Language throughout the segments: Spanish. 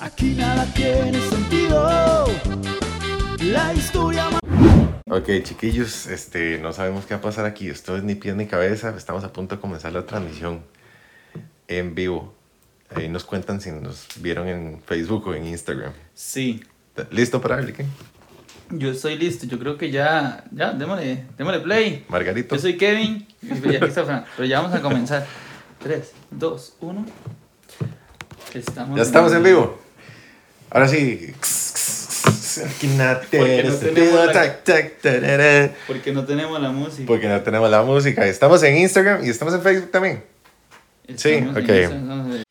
Aquí nada tiene sentido. La historia más. Ok, chiquillos, este, no sabemos qué va a pasar aquí. Esto es ni pies ni cabeza. Estamos a punto de comenzar la transmisión en vivo. Ahí nos cuentan si nos vieron en Facebook o en Instagram. Sí, ¿Listo para darle? qué? yo estoy listo. Yo creo que ya, ya, démosle, démosle play. Margarito. Yo soy Kevin. Y aquí está Fran. Pero ya vamos a comenzar. 3, 2, 1. Estamos Ya estamos en vivo. Ahora sí. Aquí nada tiene no tenemos sentido. la- Tac, tac, tarara. Porque no tenemos la música. Porque no tenemos la música. Estamos en Instagram y estamos en Facebook también. Sí, Estamos en ok. eso, entonces.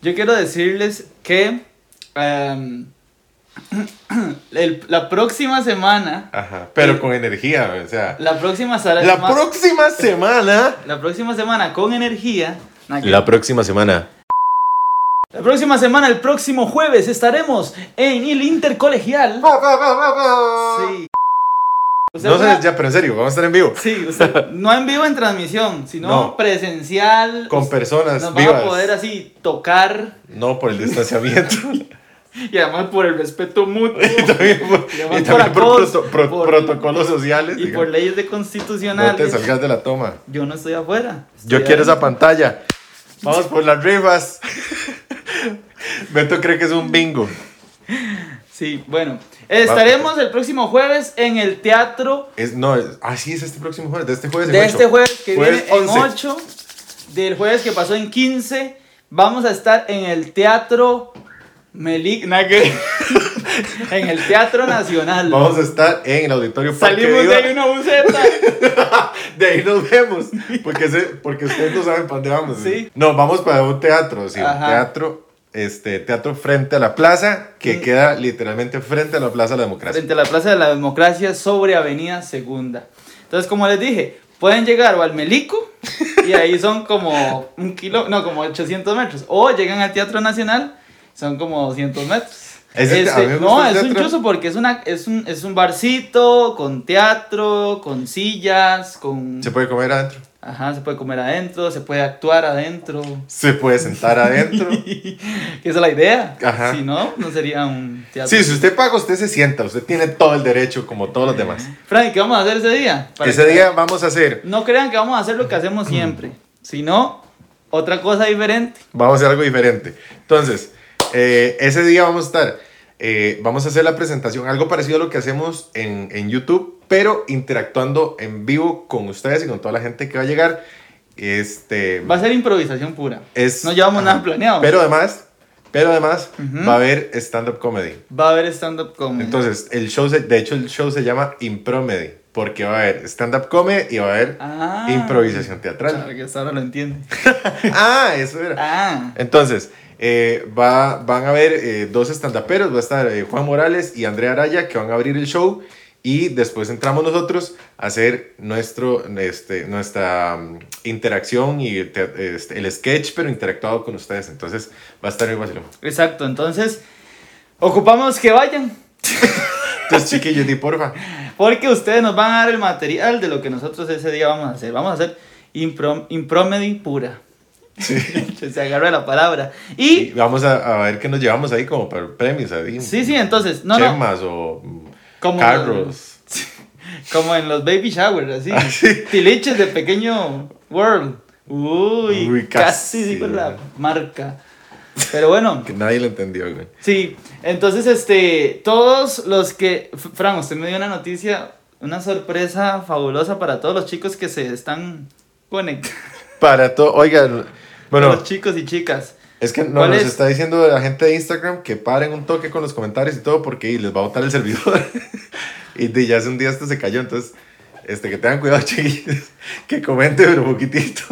Yo quiero decirles que em, el- la próxima semana, Ajá. Pero con energía, o sea. la próxima sala La próxima semana. la próxima semana con energía. na- que- próxima semana. la próxima semana, el próximo jueves estaremos en el intercolegial. Sí. Usted No sé, fuera- ya, pero en serio, vamos a estar en vivo. Sí, usted- no en vivo en transmisión, sino No. presencial. Con Usted- personas Nos van vivas. a poder así tocar No por el distanciamiento. y además por el respeto mutuo. y también por, Y además y también por por acoso, proto- pro- por- protocolos sociales. Y digamos. por leyes de No te constitucionales. salgas de la toma. yo no estoy afuera. Yo estoy quiero esa adentro. pantalla. Vamos por las rifas. Beto cree que es un bingo. Sí, bueno. Estaremos el próximo jueves en el teatro Es, no, es, ah, sí, es este próximo jueves. De este jueves. en de ocho. este jueves que Jueves viene 11. en 8. Del jueves que pasó en 15. Vamos a estar en el teatro. Melic. nah, que- en el Teatro Nacional. Vamos a estar en el auditorio Parque Salimos de Viva. ahí una buceta. De ahí nos vemos. Porque, se- porque ustedes no saben para dónde vamos. Sí. No, vamos para un teatro, sí. un Ajá. teatro, este, teatro frente a la plaza, que Mm. queda literalmente frente a la plaza de la democracia. frente a la Plaza de la Democracia sobre Avenida Segunda. Entonces, como les dije, pueden llegar o al Melico, y ahí son como un kilo, no, como 800 metros, o llegan al Teatro Nacional, son como 200 metros. Es el- Este, a mí me gusta no, el es un teatro. chuzo porque es, una, es, un, es un barcito con teatro, con sillas, con... Se puede comer adentro. Ajá, se puede comer adentro, se puede actuar adentro. Se puede sentar adentro. Que esa es la idea. Ajá. Si no, no sería un teatro. Sí, si usted paga, usted se sienta. Usted tiene todo el derecho, como todos los demás. Frank, ¿qué vamos a hacer ese día? Para Ese que- día vamos a hacer, No crean que vamos a hacer lo que hacemos siempre, sino otra cosa diferente. vamos a hacer algo diferente. Entonces, eh, ese día vamos a estar, eh, vamos a hacer la presentación, algo parecido a lo que hacemos en, en YouTube, pero interactuando en vivo con ustedes y con toda la gente que va a llegar. Este, Va a ser improvisación pura. es, no llevamos ajá. nada planeado. Pero además, pero además Ujú. va a haber stand-up comedy. Va a haber stand-up comedy. Entonces, el show, se- de hecho, el show se llama Impromedy, porque va a haber stand-up comedy y va a haber Ah. improvisación Claro teatral. que hasta ahora lo entiende. ah, eso era. Ah, Entonces, eh, va, van a haber eh, dos estandaperos, va a estar eh, Juan Morales y Andrea Araya, que van a abrir el show. Y después entramos nosotros a hacer nuestro, este, nuestra mm, interacción y te- este, el sketch, pero interactuado con ustedes. Entonces, va a estar muy vacilón. exacto. Entonces, ocupamos que vayan, Entonces, chiquillos, di porfa. porque ustedes nos van a dar el material de lo que nosotros ese día vamos a hacer. Vamos a hacer impro impromedy pura. Se agarra la palabra. Y Y, vamos a, a ver qué nos llevamos ahí como para premios. Ahí, sí, sí, entonces, no, no. Chemas o mm, Como- carros. Como en los baby showers, así. Ah, sí. Tiliches de pequeño world. Uy, Uy, casi, casi. digo la marca. Pero bueno, Que nadie lo entendió, güey. sí. Entonces, este, todos los que. F- Fran, usted me dio una noticia, una sorpresa fabulosa para todos los chicos que se están conectando. Para todo, oigan, bueno, los chicos y chicas. Es que no, ¿Cuál nos es? está diciendo la gente de Instagram que paren un toque con los comentarios y todo porque y les va a botar el servidor. y de, ya hace un día este se cayó, entonces este, que tengan cuidado, chiquillos. Que comenten pero poquitito.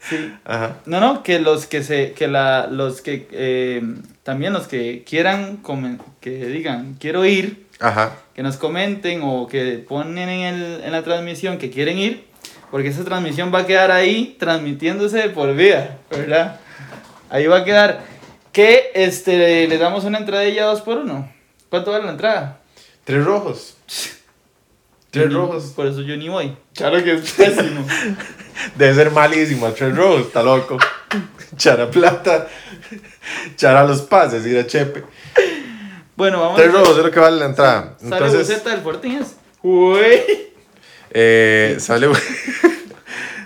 Sí. Ajá. No, no, que los que se, que la, los que, eh, también los que quieran, comen- que digan, quiero ir, Ajá. que nos comenten o que ponen en, el- en la transmisión que quieren ir, porque esa transmisión va a quedar ahí transmitiéndose de por vida, ¿verdad? Ahí va a quedar que este, le damos una entradilla 2 por 1 ¿Cuánto vale la entrada? Tres rojos. Tres Yo ni- Pues, rojos. Por eso yo ni voy. Claro que es pésimo. Debe ser malísimo, tres rojos, está loco. Chara plata. Chara los pases, ir a Chepe. Bueno, vamos Tres robos es lo que vale la entrada. Sale Entonces, Buceta del Fortín es. Uy. eh, sale.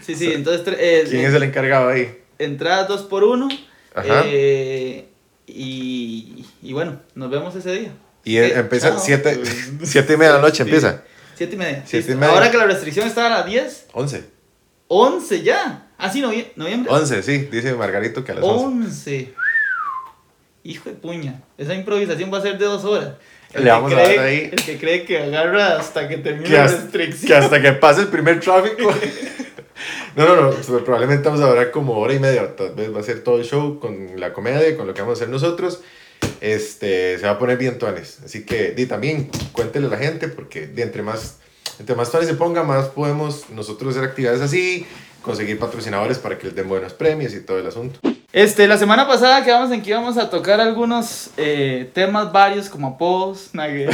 Sí, sí, entonces tre- eh, ¿Quién es el encargado ahí? entradas dos por uno. Ajá. eh, y, y bueno, nos vemos ese día. Y eh, Sí, empieza chao. 7 y media de la noche, empieza. Siete y media. Siete y listo. media. Ahora que la restricción está a las 10, 11. 11 ya. Ah, sí, novie- noviembre. 11, sí, dice Margarito que a las Oh, 11. 11. Hijo de puña. Esa improvisación va a ser de dos horas. Le vamos a que dar cree, ahí. El que cree que agarra hasta que termine Que la hasta, restricción. que hasta que pase el primer tráfico. No, no, no, pues, probablemente vamos a durar como hora y media, tal vez va a ser todo el show con la comedia, con lo que vamos a hacer nosotros. Este, se va a poner bien tuanes, así que di también cuéntele a la gente porque di, entre más entre más tuanes se ponga, más podemos nosotros hacer actividades así, conseguir patrocinadores para que les den buenos premios y todo el asunto. Este, la semana pasada quedamos en que íbamos a tocar algunos eh, temas varios como apodos, nada que-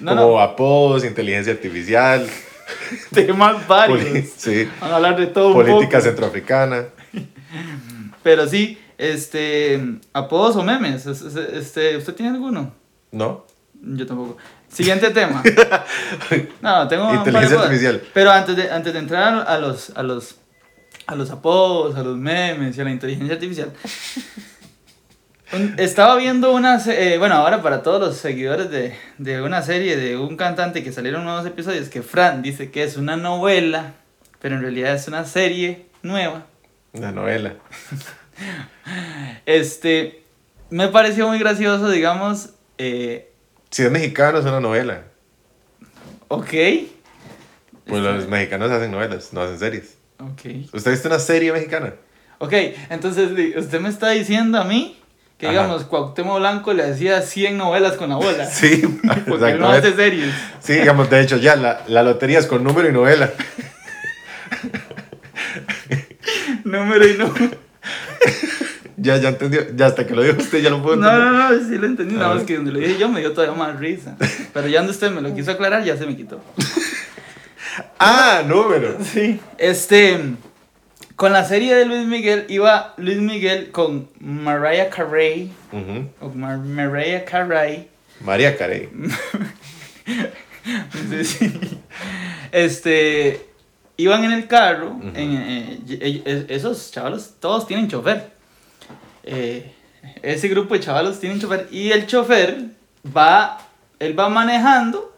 no, como no, apodos, inteligencia artificial, temas poli- varios. sí, Vamos a hablar de todo un política poco. centroafricana. Pero sí, este, apodos o memes, es- es- este, ¿usted tiene alguno? ¿No? Yo tampoco. Siguiente tema. No, tengo un par de Inteligencia cosas. artificial. Pero antes de, antes de entrar a los, a los, a los apodos, a los memes y a la inteligencia artificial. un- estaba viendo una, se- eh, bueno, ahora para todos los seguidores de, de una serie de un cantante que salieron nuevos episodios, que Fran dice que es una novela, pero en realidad es una serie nueva. Una novela. Este, me pareció muy gracioso, digamos, eh, Si es mexicano, es una novela. ok, Este, Pues los mexicanos hacen novelas, no hacen series. ok. ¿Usted ha visto una serie mexicana? Ok, entonces di- usted me está diciendo a mí que, Ajá. digamos, Cuauhtémoc Blanco le hacía 100 novelas con la bola. Sí, Porque él no hace exactamente. series. Sí, digamos, de hecho, ya la, la lotería es con número y novela. Número y número. Ya, ya entendió. Ya hasta que lo dijo usted, ya lo puedo No, no, entender. no, sí lo entendí. Nada Ah. más que donde lo dije yo me dio todavía más risa. Pero ya donde usted me lo quiso aclarar, ya se me quitó. Ah, número. Sí. Este. Con la serie de Luis Miguel iba Luis Miguel con Mariah Carey. Ujú. O Mar- Mariah Carey. María Carey. Sí, sí. Este. Iban en el carro. Ujú. en, eh, y- ell- es- esos chavalos, todos tienen chofer. Eh, ese grupo de chavalos tienen chofer. Y el chofer va. Él va manejando.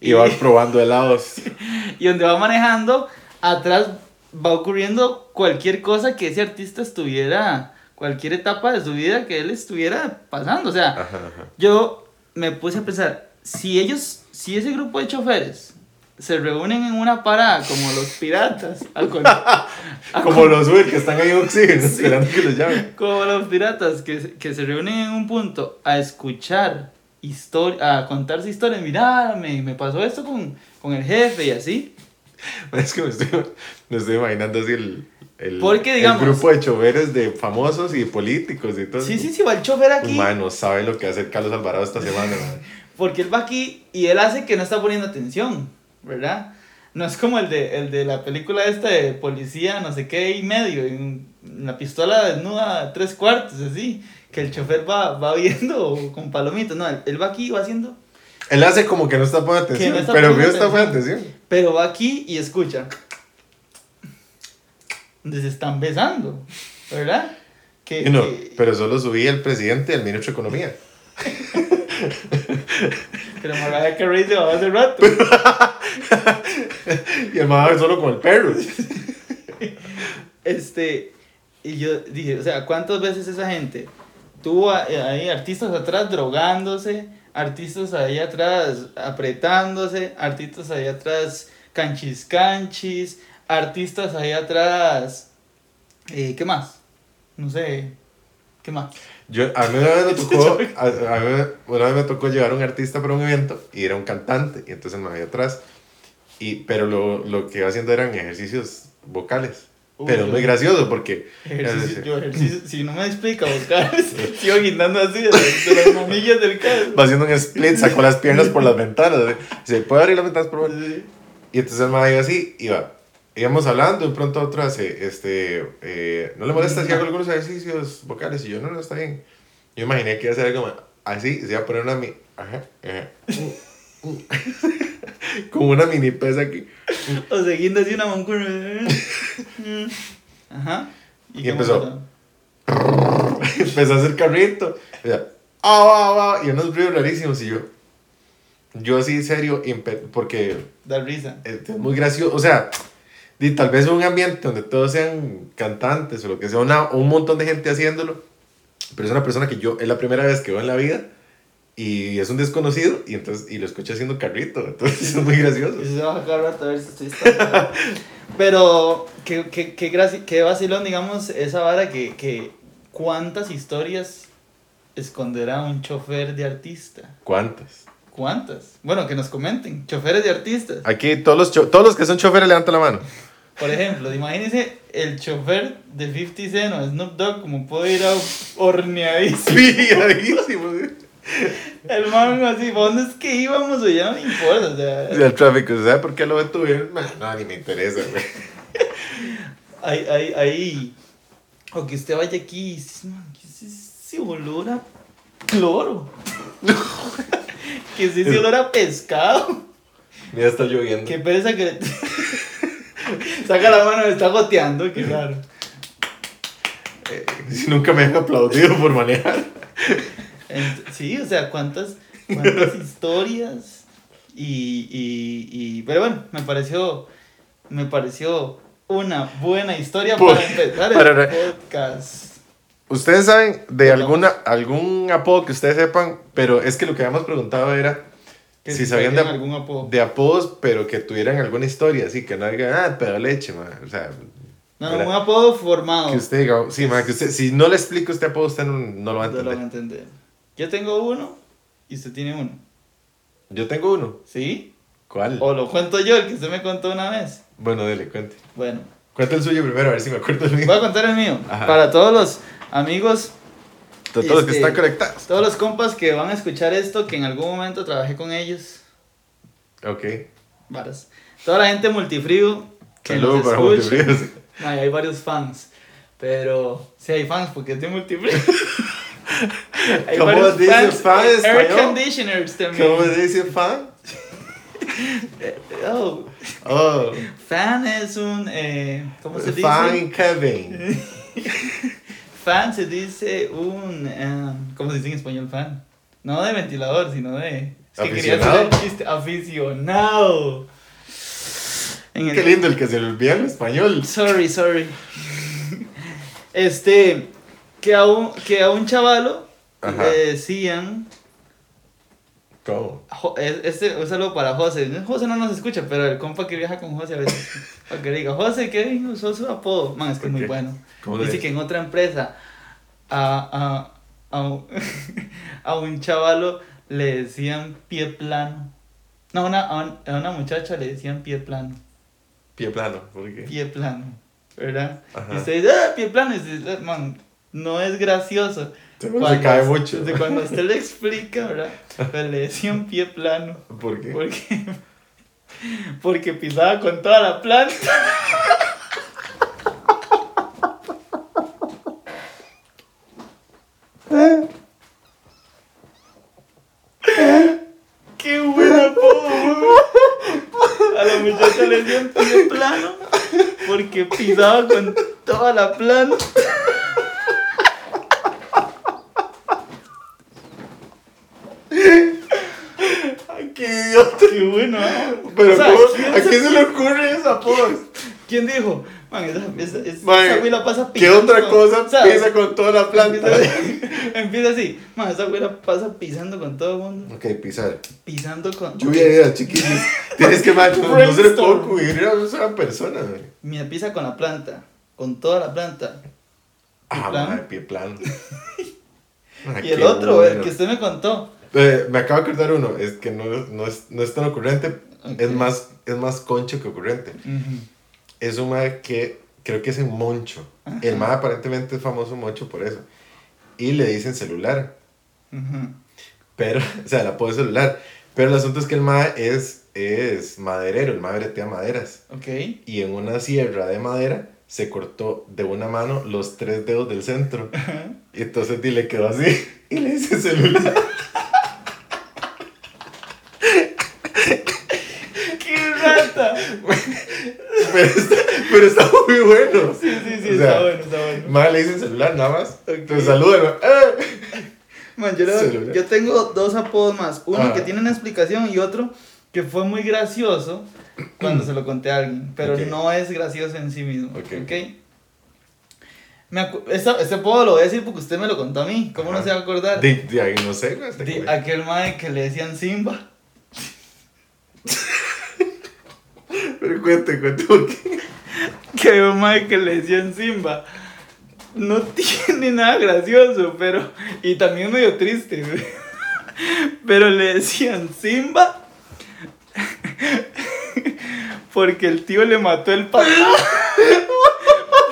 Y, Iba probando helados. y donde va manejando, atrás va ocurriendo cualquier cosa que ese artista estuviera. Cualquier etapa de su vida que él estuviera pasando. O sea, Ajá, ajá. yo me puse a pensar, si ellos, si ese grupo de choferes se reúnen en una parada como los piratas, al con- Como los Uber que están ahí en oxígeno, esperando que los llamen. como los piratas que, se- que se reúnen en un punto a escuchar historias, a contarse historias, mirá, me, me pasó esto con, con el jefe y así. Es que me estoy, me estoy imaginando así el, el, Porque, el digamos- grupo de choveres de famosos y políticos y todo. Sí, sí, sí, va el chofer aquí, Humano, sabe lo que hace Carlos Alvarado esta semana. man. porque él va aquí y él hace que no está poniendo atención, ¿verdad? No es como el de, el de la película esta de policía, no sé qué, y medio, y un- una pistola desnuda, tres cuartos, así, que el chofer va, va viendo con palomitas, no, él, él va aquí, va haciendo, Él hace como que no está poniendo Que atención, no está pero poniendo mío está poniendo atención. pero va aquí y escucha. Donde se están besando, ¿verdad? Que, Y no, que- pero solo subí el presidente y el ministro de Economía. que la Mariah Carey se va hace rato. Y el más solo con el perro. Este, y yo dije, o sea, ¿cuántas veces esa gente tuvo a- ahí artistas atrás drogándose, artistas ahí atrás apretándose, artistas ahí atrás canchis canchis, artistas ahí atrás, eh, ¿qué más? No sé, ¿qué más? Yo, a mí una vez me tocó, a, a mí una vez me tocó llevar a un artista para un evento y era un cantante, y entonces me había atrás. Y, pero lo, lo que iba haciendo eran ejercicios vocales. Uy, pero es yo- muy gracioso porque... Ejercicio, eh, yo ejercicio, si no me explica, buscar, sigo guindando así de, de las mamillas del carro. Va haciendo un split, sacó las piernas por las ventanas. ¿eh? Se puede abrir las ventanas por favor?" Y entonces el man iba así, iba. íbamos hablando, de pronto a otras, eh, este, eh, ¿no le molesta si hago algunos ejercicios vocales? Y yo, no, no, está bien. Yo imaginé que iba a hacer algo más así, y se iba a poner una mi... Ajá, ajá. mm, mm. Como una mini pesa aquí. O sea, guinda así una moncura. Ajá. Y qué empezó. pasó? Empezó a hacer carrito. Y, ya, "Au, au, au", y unos ruidos rarísimos. Y yo, yo así, serio, impe- porque Dar risa. Este, Es muy gracioso, o sea, y tal vez un ambiente donde todos sean cantantes o lo que sea, una- un montón de gente haciéndolo, pero es una persona que yo, es la primera vez que veo en la vida y es un desconocido y entonces y lo escucho haciendo carrito, entonces es muy gracioso. Y se va a sacar rato a ver si estoy estando. Pero, qué, qué, qué, graci- qué vacilón, digamos, esa vara que, que. ¿Cuántas historias esconderá un chofer de artista? ¿Cuántas? ¿Cuántas? Bueno, que nos comenten. Choferes de artistas. Aquí todos los, cho- todos los que son choferes levantan la mano. Por ejemplo, imagínense el chofer de 50 Cent o Snoop Dogg, como puede ir a horneadísimo. Sí, bravísimo, sí. El man así, ¿pa' ¿dónde es que íbamos? O ya no me importa. o sea, O sea, El tráfico, ¿sabes por qué lo detuvieron? No, no, ni me interesa, güey. Ahí, ahí, ahí. O que usted vaya aquí y dice, "Man, ¿qué es ese olor a cloro? ¿Qué es ese olor a pescado? Mira, está lloviendo. Qué pereza que le... Saca la mano, me está goteando, qué raro. Eh, si nunca me han aplaudido por manejar. Ent- Sí, o sea, cuántas, cuántas historias. Y, y, y- Pero bueno, me pareció. Me pareció una buena historia Por- para empezar el Pues, para re- podcast. Ustedes saben de Perdón. alguna, algún apodo que ustedes sepan, pero es que lo que habíamos preguntado era Que si sabían de, tengan algún apodo. de apodos, pero que tuvieran alguna historia, así que no digan, ah, pedo de leche, ma", O sea, No, ¿verdad? un apodo formado. que usted diga, sí, ma, que usted, si no le explico este apodo, usted no, no lo va a No lo van a entender. entender. Yo tengo uno y usted tiene uno. Yo tengo uno. ¿Sí? ¿Cuál? O lo cuento yo, el que usted me contó una vez. Bueno, dele, cuente. Bueno, Cuente el suyo primero, a ver si me acuerdo del mío. voy a contar el mío. Ajá. Para todos los amigos Todos los que este- están conectados. Todos los compas que van a escuchar esto, que en algún momento trabajé con ellos, Ok. varas. Toda la gente multifrío que Saludos los para escucha. Montevideo. No, y hay varios fans, pero sí hay fans porque es de multifrío. hay ¿Cómo varios dice fans, fan en air español? conditioners también. ¿Cómo se dice fan? Oh, Oh, fan es un eh, ¿cómo se dice? Fine Kevin. Fan se dice un em, ¿cómo se dice en español fan? No de ventilador, sino de es que quería hacer Aficionado. el chiste aficionado. En el- Qué lindo el que se le olvida en español. Sorry, sorry. Este, que a un, que a un chavalo Ajá. le decían. ¿Cómo? Jo- es- Este, un saludo para José. José no nos escucha, pero el compa que viaja con José a veces. para que le diga, José, ¿qué usó su apodo? Man, es que es muy Ok. bueno. ¿Cómo le Dice dice? que en otra empresa a, a, a, un- a un chavalo le decían pie plano. No, a una, a un- a una muchacha le decían pie plano. Pie plano, porque. pie plano, ¿verdad? Ajá. Y usted dice, ah, pie plano, y usted dice, man, no es gracioso. Se cae mucho. desde cuando usted le explica, ¿verdad? Pero le decían pie plano. ¿Por qué? Porque, porque pisaba con toda la planta. ¡Qué buena pobre! A la muchacha le decían pie plano porque pisaba con toda la planta. Ay, qué idiota. ¡Qué bueno! ¿ah? Pero, O sea, ¿cómo- ¿quién ¿a quién se le ocurre esa apodos? ¿Quién dijo? Man, esa, esa, esa, Mae, esa güila pasa ¿Qué pisando. otra cosa O sea, pesa con toda la planta? Empieza, empieza así. Man, esa güila pasa pisando con todo el mundo. Ok, pisar. Pisando con. Lluvia de ideas, chiquillos. Tienes que macho, no se le puede Brainstorm. ocurrir a una sola persona, güey. Me pisa con la planta. Con toda la planta. Ah, plano? madre, pie plano. Ah, Y qué el otro, bueno. el que usted me contó. Eh, me acabo de acordar uno, es que no, no, es, no es tan ocurrente, Ok. es, más, es más concho que ocurrente. es un mae que creo que es en Moncho. El mae aparentemente es famoso en Moncho por eso. Y le dicen celular. Ujú. Pero, o sea, el apodo es celular. Pero el asunto es que el mae es, es maderero, el madre tea maderas. Ok. Y en una sierra de madera se cortó de una mano los tres dedos del centro. Y entonces y le quedó así y le hice celular. ¡Qué rata! Pero está, pero está muy bueno. Sí, sí, sí, O está sea, bueno, está bueno. Más le dicen celular, nada más. Ok. Entonces saluda. ¡Eh! Man, yo, le- Celular. yo tengo dos apodos más. Uno Ah. que tiene una explicación y otro que fue muy gracioso cuando se lo conté a alguien, pero Ok. no es gracioso en sí mismo. Ok. Ok. Me acu- esa- ese apodo lo voy a decir porque usted me lo contó a mí. ¿Cómo no Ajá. se va a acordar? De, de ahí no sé. güey, hasta De que me- aquel mae que le decían Simba. Pero cuente, cuente. ¿por qué? Que había un mae que le decían Simba. No tiene nada gracioso, pero. Y también medio triste, güey. Pero le decían Simba. Porque el tío le mató el papá.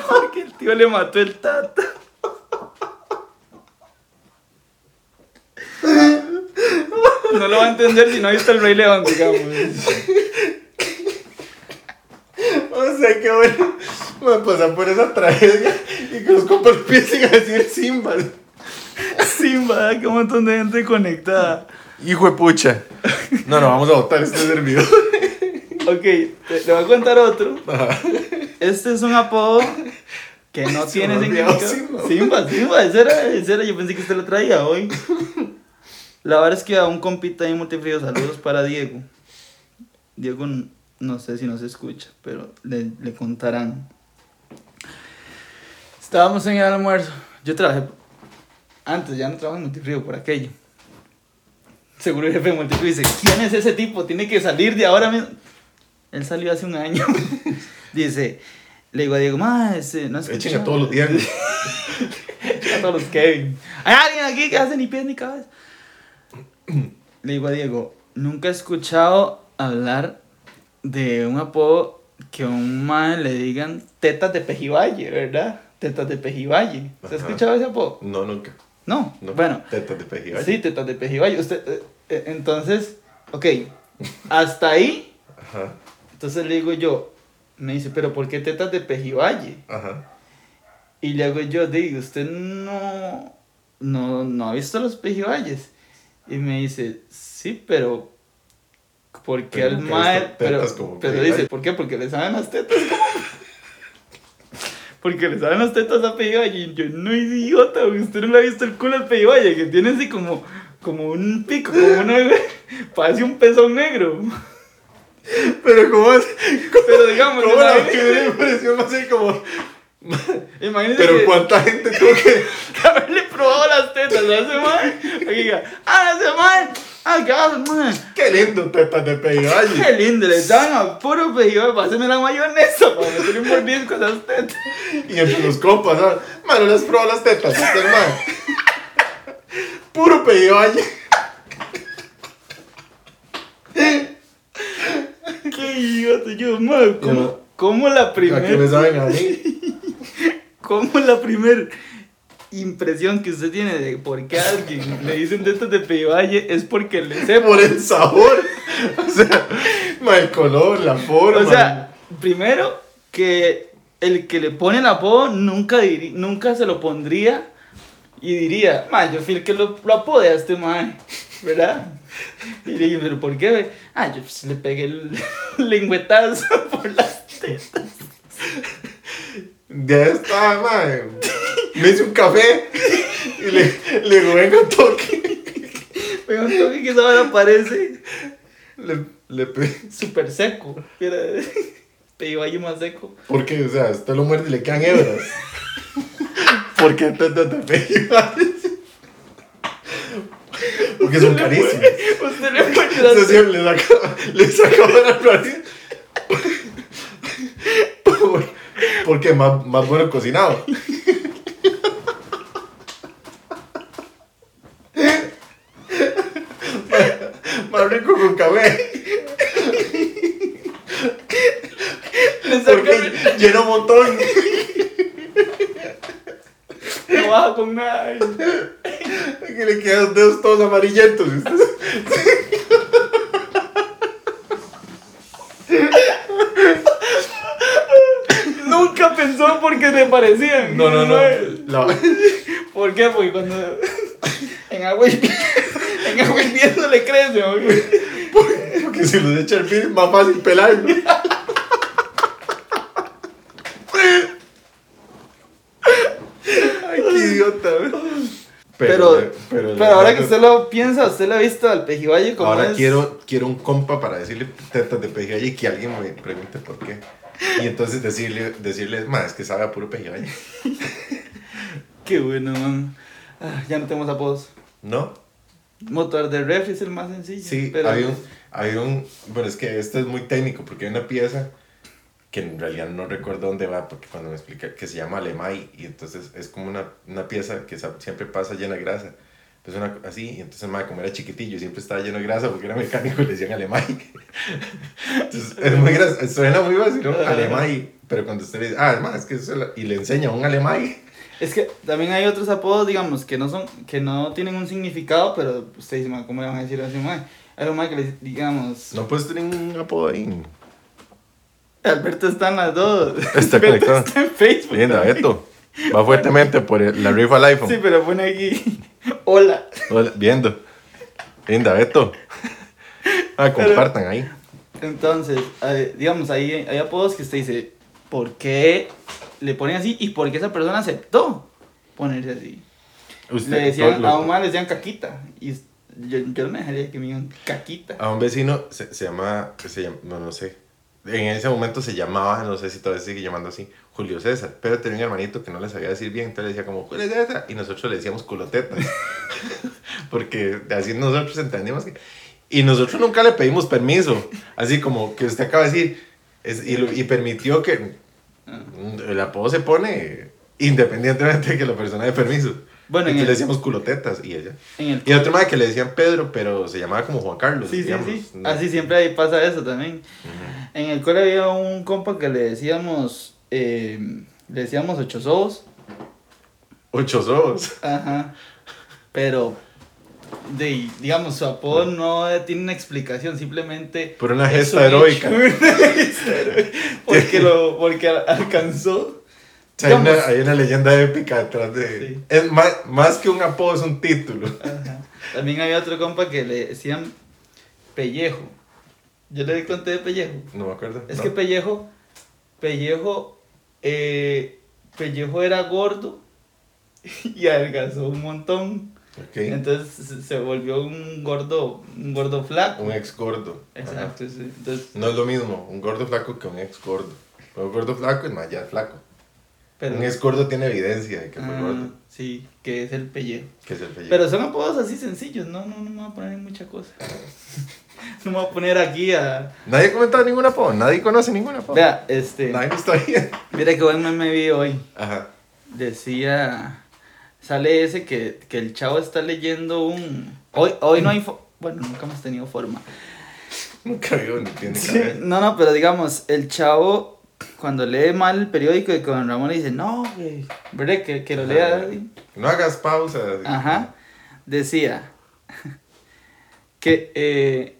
Porque el tío le mató el tata. No lo va a entender si no ha visto el Rey León, digamos. O sea, qué bueno. Me pasar por esa tragedia y que los compas empiecen a decir Simba. Simba, qué montón de gente conectada. Hijo de pucha. No, no, vamos a votar este servidor. Ok, te, te voy a contar otro. Ajá. Este es un apodo que no Se tiene me olvidó significado. Simba, Simba, ese era, ese era, yo pensé que usted lo traía hoy. La verdad es que a un compita ahí multifrío, saludos para Diego. Diego, n- no sé si nos escucha, pero le, le contarán. Estábamos en el almuerzo. Yo trabajé. Antes ya no trabajo en multifrío por aquello. Seguro el jefe de multifrío dice: ¿Quién es ese tipo? Tiene que salir de ahora mismo. Él salió hace un año. dice: Le digo a Diego, ma, ese, no escucha. Echen a todos los dientes. A todos los Kevin. Hay alguien aquí que hace ni pies ni cabeza. Le digo a Diego, nunca he escuchado hablar de un apodo que a un man le digan tetas de pejivalle, ¿verdad? Tetas de pejivalle. ¿Usted ha Ajá. escuchado ese apodo? No, nunca. No. No. Bueno, Tetas de pejibaye. sí, tetas de pejivalle. Usted, eh, eh, entonces, ok, hasta ahí. Ajá, Entonces le digo yo, me dice, pero ¿por qué tetas de pejivalle? ajá. Y le hago yo, digo, usted no, no, no ha visto los pejibayes. Y me dice, sí, pero ¿por qué Pero al nunca he mae? visto Pero, tetas como pero pejibayes. dice, ¿por qué? Porque le saben las tetas. Porque le saben las tetas a pejibaye. Y yo, no, idiota, porque usted no le ha visto el culo al pejibaye, que tiene así como, como un pico, como una, parece un pezón negro. Pero como es. Pero digamos, ¿Cómo la imagínese- primera impresión va a ser como. imagínese Pero que- cuánta gente tuvo que. de haberle probado las tetas a ese man. Y diga, ah, ese man, ah, qué haces, man. Qué lindo tetas de Qué pejibaye. lindo, le daban a puro pedido para hacerme la mayonesa, para meterle un mordisco a esas tetas. Y entre los compas, ¿sabes? Mano, les probó las tetas, este hermano. Puro pejibaye. Qué idiota, yo, man, Yo- ¿cómo, cómo la ¿A qué me primera, saben a mí? cómo la primer impresión que usted tiene de por qué a alguien le dicen tetas de pevalle es porque le sé Por el sabor. O sea, ma, el color, la forma. O sea, primero que el que le pone el apodo nunca, diri- nunca se lo pondría y diría, man, yo fui el que lo, lo apodé a este man, ¿verdad? Y le digo, pero ¿por qué? güey?". Ah, yo pues, le pegué el lengüetazo por las tetas. Ya está, madre. Me hice un café y le, le digo, venga, toque. Me un toque que esa vara parece Le, le pe- súper seco. Era peguayo más seco. Porque, o sea, usted lo muerde y le quedan hebras. Porque tanto te Porque son carísimos. Usted le pone las Entonces siempre le saca, le saca buena nariz. Por- Porque más, más bueno cocinado. Más rico con café. le saca- Porque lleno un montón. no baja con nada. Que le quedan los dedos todos amarillentos. porque le parecían. No, no, no. La- ¿Por qué? Porque cuando. En agua hirviendo- En agua hirviendo le crece, ¿no? Porque si los echa al fin es más fácil pelarlo. Ay, qué idiota, güey. Pero, pero, la ahora verdad que usted lo piensa, usted lo ha visto al pejibayo como Ahora es. quiero, quiero un compa para decirle tetas de pejibaye y que alguien me pregunte por qué. Y entonces decirle, decirle más, es que sabe a puro pejibaye. Qué bueno, man. Ah, ya no tenemos apodos. ¿No? Motor de refri es el más sencillo. Sí, pero había, un, había un. Bueno, es que esto es muy técnico porque hay una pieza que en realidad no recuerdo dónde va porque cuando me explica que se llama Alemay y entonces es como una, una pieza que sa- siempre pasa llena de grasa. Entonces una, así, y entonces madre, como era chiquitillo, siempre estaba lleno de grasa porque era mecánico y le decían Alemay. Entonces es muy grasa, suena muy vacilón, Ajá. Alemay. Pero cuando usted le dice, ah, es más, es que eso es la- y le enseña un Alemay. Es que también hay otros apodos, digamos, que no son, que no tienen un significado, pero usted dice, "Ma, ¿cómo le van a decir así, mae? Hay un mae que le dice, digamos, No puedes tener un apodo ahí. Alberto está en las dos. Está Alberto conectado. está en Facebook. Linda, también. esto. Va fuertemente por el- la rifa al iPhone. Sí, pero pone aquí, hola. Hola, Viendo. Linda, esto. Ah, compartan ahí. Entonces, eh, digamos, hay, hay apodos que usted dice, ¿por qué le ponen así y por qué esa persona aceptó ponerse así? le decían, lo- a un mae le decían caquita, y es- yo, yo no me dejaría que me digan caquita. a un vecino se, se llama, se llama- no, no sé. En ese momento se llamaba, no sé si todavía sigue llamando así, Julio César. Pero tenía un hermanito que no le sabía decir bien, entonces le decía como Julio César. Y nosotros le decíamos culoteta. Porque así nosotros entendíamos que. Y nosotros nunca le pedimos permiso. Así como que usted acaba de decir. es- y, lo- y permitió que. mm, El apodo se pone independientemente de que la persona dé permiso. Bueno, en Entonces el- le decíamos culotetas y ella. En el Y otro más que le decían Pedro, pero se llamaba como Juan Carlos. Sí, sí, digamos. sí. No. Así siempre ahí pasa eso también. En el cole había un compa que le decíamos, eh, le decíamos ocho sobos. Ocho ojos. Ajá. Pero, de, digamos, su apodo no tiene una explicación, simplemente... Por una es gesta un heroica. hecho. Una gesta heroica. porque, lo, porque al- alcanzó... O sea, hay, Digamos- una, hay una leyenda épica detrás de... Sí. Es más, más que un apodo, es un título. Ajá. También había otro compa que le decían pellejo. Yo le conté de pellejo. No me acuerdo. Es no. que Pellejo, Pellejo, eh, Pellejo era gordo y adelgazó un montón. Ok. Entonces se- se volvió un gordo, un gordo flaco. Un ex gordo. Ajá. Exacto, sí. Entonces, No es lo mismo un gordo flaco que un ex gordo. Un gordo flaco es más ya flaco. pero, Un ex gordo tiene evidencia de que fue ah, gordo. sí, que es el pellejo. Que es el pellejo. Pero son apodos así sencillos, no, no, no me voy a poner mucha cosa. No me voy a poner aquí a. Nadie ha comentado ningún apodo. Nadie conoce ningún apodo. Vea, este. Nadie lo está bien. Mira que buen meme vi hoy. Ajá. decía sale ese que, que el chavo está leyendo un hoy hoy no hay fo- bueno nunca hemos tenido forma Nunca vio ni tiene Sí, cabeza. no no pero digamos el chavo cuando lee mal el periódico y con Ramón le dice no güey", verdad que, que lo lea No hagas pausa. ajá decía que eh,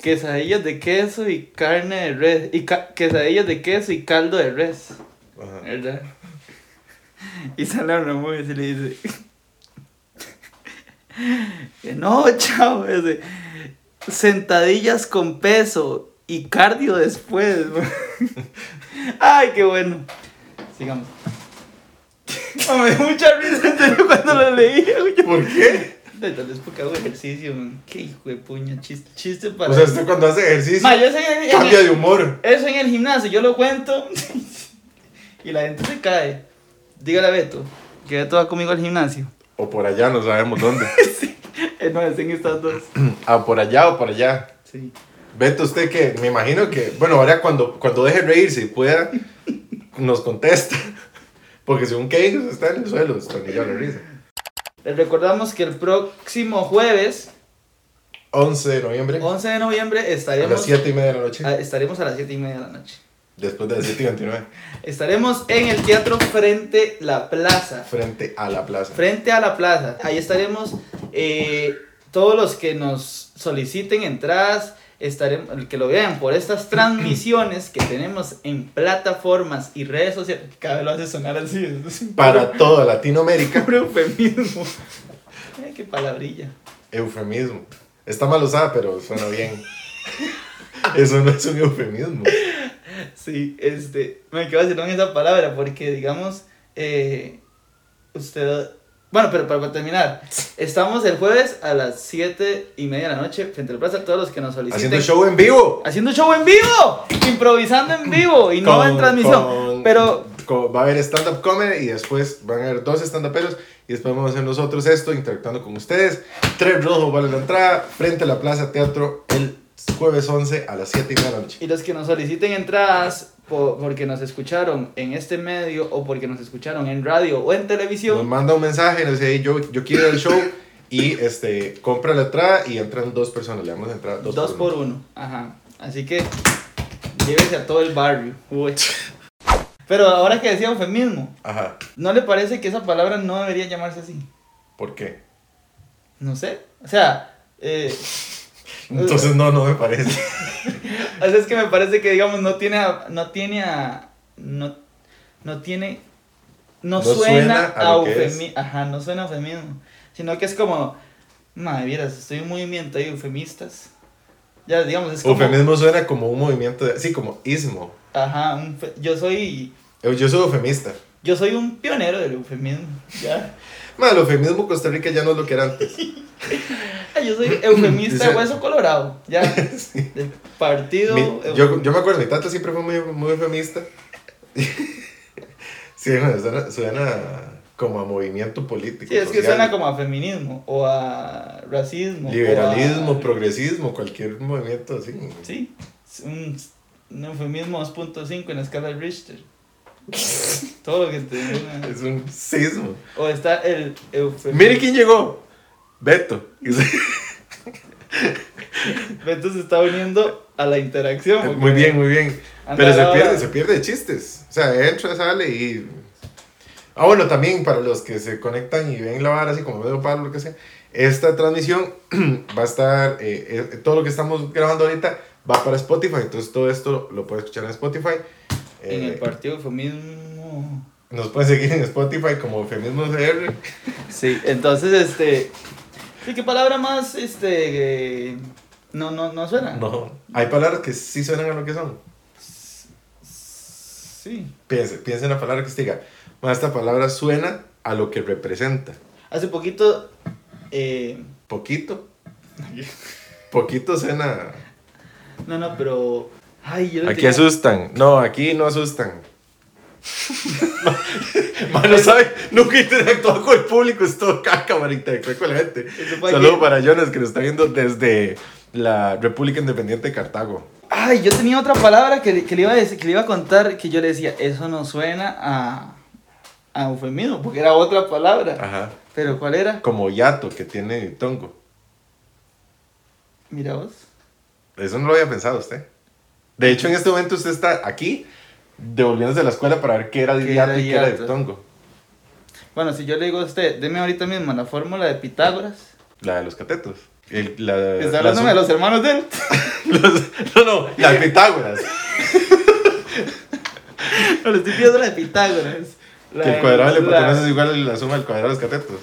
quesadillas de queso y carne de res y ca- quesadillas de queso y caldo de res Ajá. ¿Verdad? Y sale Ramón y se le dice. que no, chavo, ese, Sentadillas con peso y cardio después. güey". Ay, qué bueno. Sigamos. No, me dio mucha risa en serio cuando lo leía, güey. ¿Por qué? De Tal vez porque hago ejercicio, man. Qué hijo de puña, chiste, chiste para. O sea, usted cuando hace ejercicio Ma, yo sé que- cambia de humor. eso en el gimnasio, yo lo cuento y la gente se cae. Dígale a Beto, que Beto va conmigo al gimnasio. O por allá, no sabemos dónde. Eh, no, es en estas dos. Ah, por allá o por allá. Sí. Vete usted que me imagino que, bueno, ahora cuando, cuando deje de reírse y pueda, nos contesta. Porque según que ellos está en el suelo, estornillado la risa. Les recordamos que el próximo jueves, 11 de noviembre, 11 de noviembre, a las estaremos 7 y media de la noche, a, estaremos a las 7 y media de la noche. después de las 7 y 29, Estaremos en el teatro Frente La Plaza. frente a la plaza. Frente a la plaza. Ahí estaremos eh, todos los que nos soliciten entradas. estaremos, el que lo vean por estas transmisiones que tenemos en plataformas y redes sociales. Cada vez lo hace sonar así, eso es un Para toda Latinoamérica, puro eufemismo. Ay, qué palabrilla. eufemismo. Está mal usada, pero suena bien. Eso no es un eufemismo. Sí, este, me quedo haciendo esa palabra porque, digamos, eh, usted... Bueno, pero para terminar, estamos el jueves a las 7 y media de la noche frente al plaza. Todos los que nos soliciten. Haciendo show en vivo. Haciendo show en vivo, improvisando en vivo y no Con- en transmisión. con- Pero con- va a haber stand-up comedy y después van a haber dos stand-uperos y después vamos a hacer nosotros esto, interactuando con ustedes. Tres rojos vale la entrada, frente a la Plaza Teatro el jueves 11 a las 7 y media de la noche. y los que nos soliciten entradas po- porque nos escucharon en este medio o porque nos escucharon en radio o en Nos televisión, manda un mensaje, nos dice, "Hey, yo, yo quiero ir al show y este, compra la entrada y entran dos personas, le damos la entrada dos, dos, por uno. Ajá. Así que llévese a todo el barrio. Uy. Pero ahora que decía eufemismo, Ajá, ¿no le parece que esa palabra no debería llamarse así? ¿por qué? No sé. O sea, eh, Entonces no, no me parece. O sea, es que me parece que, digamos, no tiene a- no tiene a- no, no tiene, no, No suena, suena a, a lo que eufemi- ajá, no suena a eufemismo, sino que es como, madre vieras, estoy en un movimiento de eufemistas, ya, digamos, es como, Eufemismo suena como un movimiento, de, sí, como ismo. ajá, un fe- yo soy, Eu- Yo soy eufemista. yo soy un pionero del eufemismo, ya, Madre, el eufemismo Costa Rica ya no es lo que era antes. Ah, yo soy eufemista de Dice- hueso colorado, ya, del partido, Mi- yo, eufem- yo me acuerdo, mi tata siempre fue muy, muy eufemista. sí, bueno, suena, suena como a movimiento político. sí, es que social. suena como a feminismo, o a racismo, o a- Liberalismo, progresismo, cualquier movimiento así. Sí, es un, un eufemismo 2.5 en la escala Richter. Todo lo que te diga. Es un sismo. O está el eufemismo. Mire quién llegó. Beto. Beto se está uniendo a la interacción. porque muy bien, muy bien. anda Pero se ahora- pierde, se pierde de chistes. O sea, entra, sale y. Ah, bueno, también para los que se conectan y ven la vara, así como veo Pablo, lo que sea, esta transmisión va a estar. eh, eh, todo lo que estamos grabando ahorita va para Spotify, entonces todo esto lo puedes escuchar en Spotify. En Eh, el partido eufemismo. nos pueden seguir en Spotify como Eufemismo CR. Sí, entonces este. Sí, qué palabra más este. eh, No, no, no suena. No, hay palabras que sí suenan a lo que son. Sí. Piense, piense en la palabra que usted diga. "Ma, Esta palabra suena a lo que representa. Hace poquito. eh, Poquito. Poquito suena. no, no, pero. Ay, yo lo Aquí tenía- asustan. No, aquí no asustan. Mano, ¿sabe? Nunca interactuado con el público. Es todo caca para interactuar con la gente. Eso fue Saludos aquí. para Jonas, que nos está viendo desde la República Independiente de Cartago. Ay, yo tenía otra palabra que, que le iba a decir, que le iba a contar, que yo le decía, eso no suena a, a eufemismo, porque era otra palabra. Ajá. Pero ¿cuál era? Como Yato, que tiene tongo. Mira vos. Eso no lo había pensado usted. De hecho, en este momento usted está aquí, devolviéndose de la escuela para ver qué era ¿Qué Yato era y qué era hiato? tongo. Bueno, si yo le digo a usted, deme ahorita mismo la fórmula de Pitágoras. La de los catetos. El- Eh, la, Está la hablándome de los hermanos de él. Los- no, no, las Pitágoras. No, le estoy pidiendo la de Pitágoras. La que el de- cuadrado de la la- hipotenusa es igual a la suma del cuadrado de los catetos.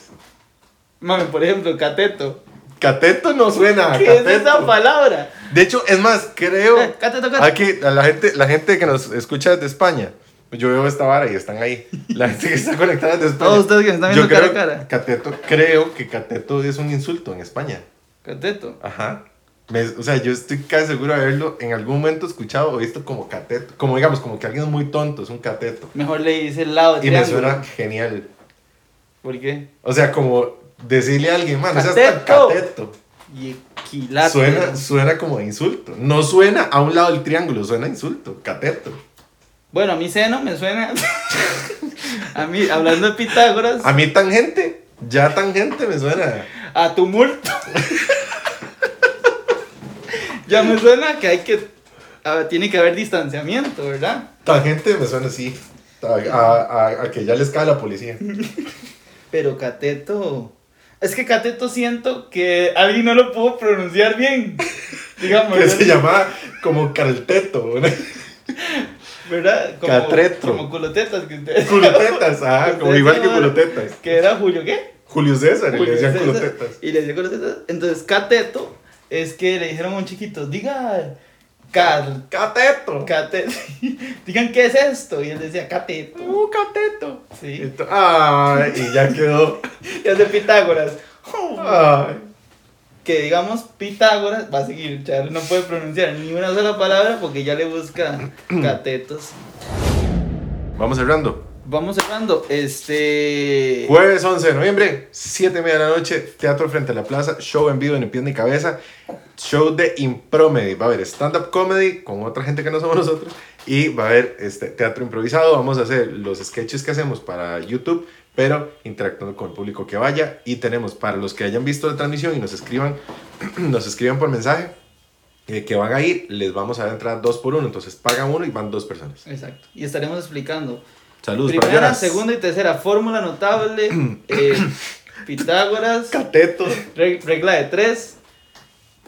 Mami, por ejemplo, cateto. Cateto no suena. a ¿Qué cateto. es esa palabra? de hecho, es más, creo. Eh, cateto, cateto. Aquí, a la gente, la gente que nos escucha desde España. Yo veo esta vara y están ahí. La gente que está conectada desde España. Todos Oh, ustedes que me están Yo viendo cara a creo- cara. Cateto, creo que cateto es un insulto en España. Cateto. Ajá. Me- o sea, yo estoy casi seguro de haberlo en algún momento escuchado o visto como cateto. Como digamos, como que alguien es muy tonto, es un cateto. Mejor le dice el lado de Y me triángulo. suena genial. ¿Por qué? O sea, como decirle a alguien, man, no seas tan Cateto. cateto. Y equilátero. Suena, suena como a insulto. No suena a un lado del triángulo, suena a insulto, cateto. Bueno, a mí seno me suena. a mí, hablando de Pitágoras, A mí tangente, ya tangente me suena. a tumulto. ya me suena que hay que. a- tiene que haber distanciamiento, ¿verdad? Tangente me suena así. A, a- a- a que ya les cae la policía. Pero cateto. Es que cateto siento que alguien no lo pudo pronunciar bien. Digamos, que yo- se llamaba como Carteto, ¿verdad? ¿verdad? Como, Catretro. Como culotetas que ustedes. Culotetas, ajá, como Ustedes igual que llaman- culotetas. Que era Julio, ¿qué? Julio César, y le Julio decían César, culotetas. Y le decían culotetas. Entonces, cateto es que le dijeron a un chiquito, diga, cal, ¡Cateto! cateto. Digan, ¿qué es esto? Y él decía, cateto. ¡Uh, cateto! Sí. Ento- Ay, y ya quedó. Y hace Pitágoras. Oh. Ay. que digamos Pitágoras va a seguir, Charles no puede pronunciar ni una sola palabra porque ya le busca catetos. Vamos cerrando. Vamos cerrando, este... Jueves 11 de noviembre, 7 y media de la noche, teatro frente a la plaza, show en vivo en el pie ni cabeza, show de impromedy. Va a haber stand-up comedy con otra gente que no somos nosotros y va a haber este, teatro improvisado. Vamos a hacer los sketches que hacemos para YouTube, pero interactuando con el público que vaya. Y tenemos para los que hayan visto la transmisión y nos escriban, nos escriban por mensaje eh, que van a ir, les vamos a dar entrada dos por uno. Entonces pagan uno y van dos personas. Exacto, y estaremos explicando. Saludos para Primera, Jonas. segunda y tercera, fórmula notable, eh, Pitágoras, Cateto. reg- regla de tres,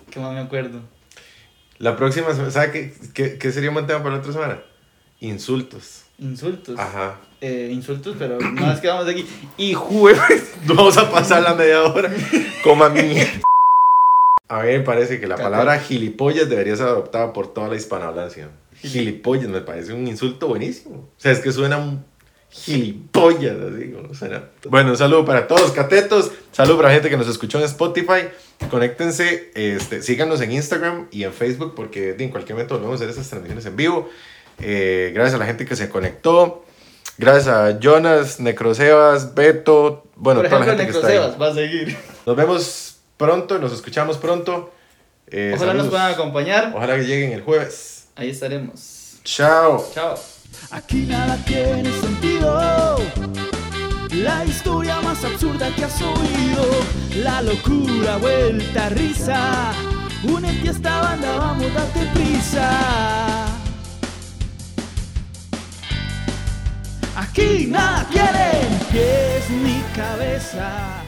que más me acuerdo. La próxima semana, ¿sabes qué, qué, qué sería un buen tema para la otra semana? Insultos. Insultos. Ajá. Eh, insultos, pero no nos quedamos aquí. Y jueves. Vamos a pasar la media hora. Coma mía. A mí me parece que la palabra gilipollas debería ser adoptada por toda la hispanohablancia. Gilipollas me parece un insulto buenísimo. O sea, es que suena un gilipollas, así como suena. Bueno, un saludo para todos, catetos. Saludo para la gente que nos escuchó en Spotify. Conéctense, este, síganos en Instagram y en Facebook porque en cualquier momento volvemos a hacer estas transmisiones en vivo. Eh, gracias a la gente que se conectó. Gracias a Jonas, Necrosebas, Beto, bueno, por toda la ejemplo, gente que está ahí. Necrosebas va a seguir. Nos vemos pronto, nos escuchamos pronto. Eh, Ojalá nos saludos. puedan acompañar. Ojalá que lleguen el jueves. Ahí estaremos. Chao. Chao. Aquí nada tiene sentido. La historia más absurda que has oído. La locura vuelta a risa. Únete a esta banda, vamos, date prisa. Aquí nada quieren, pies ni cabeza.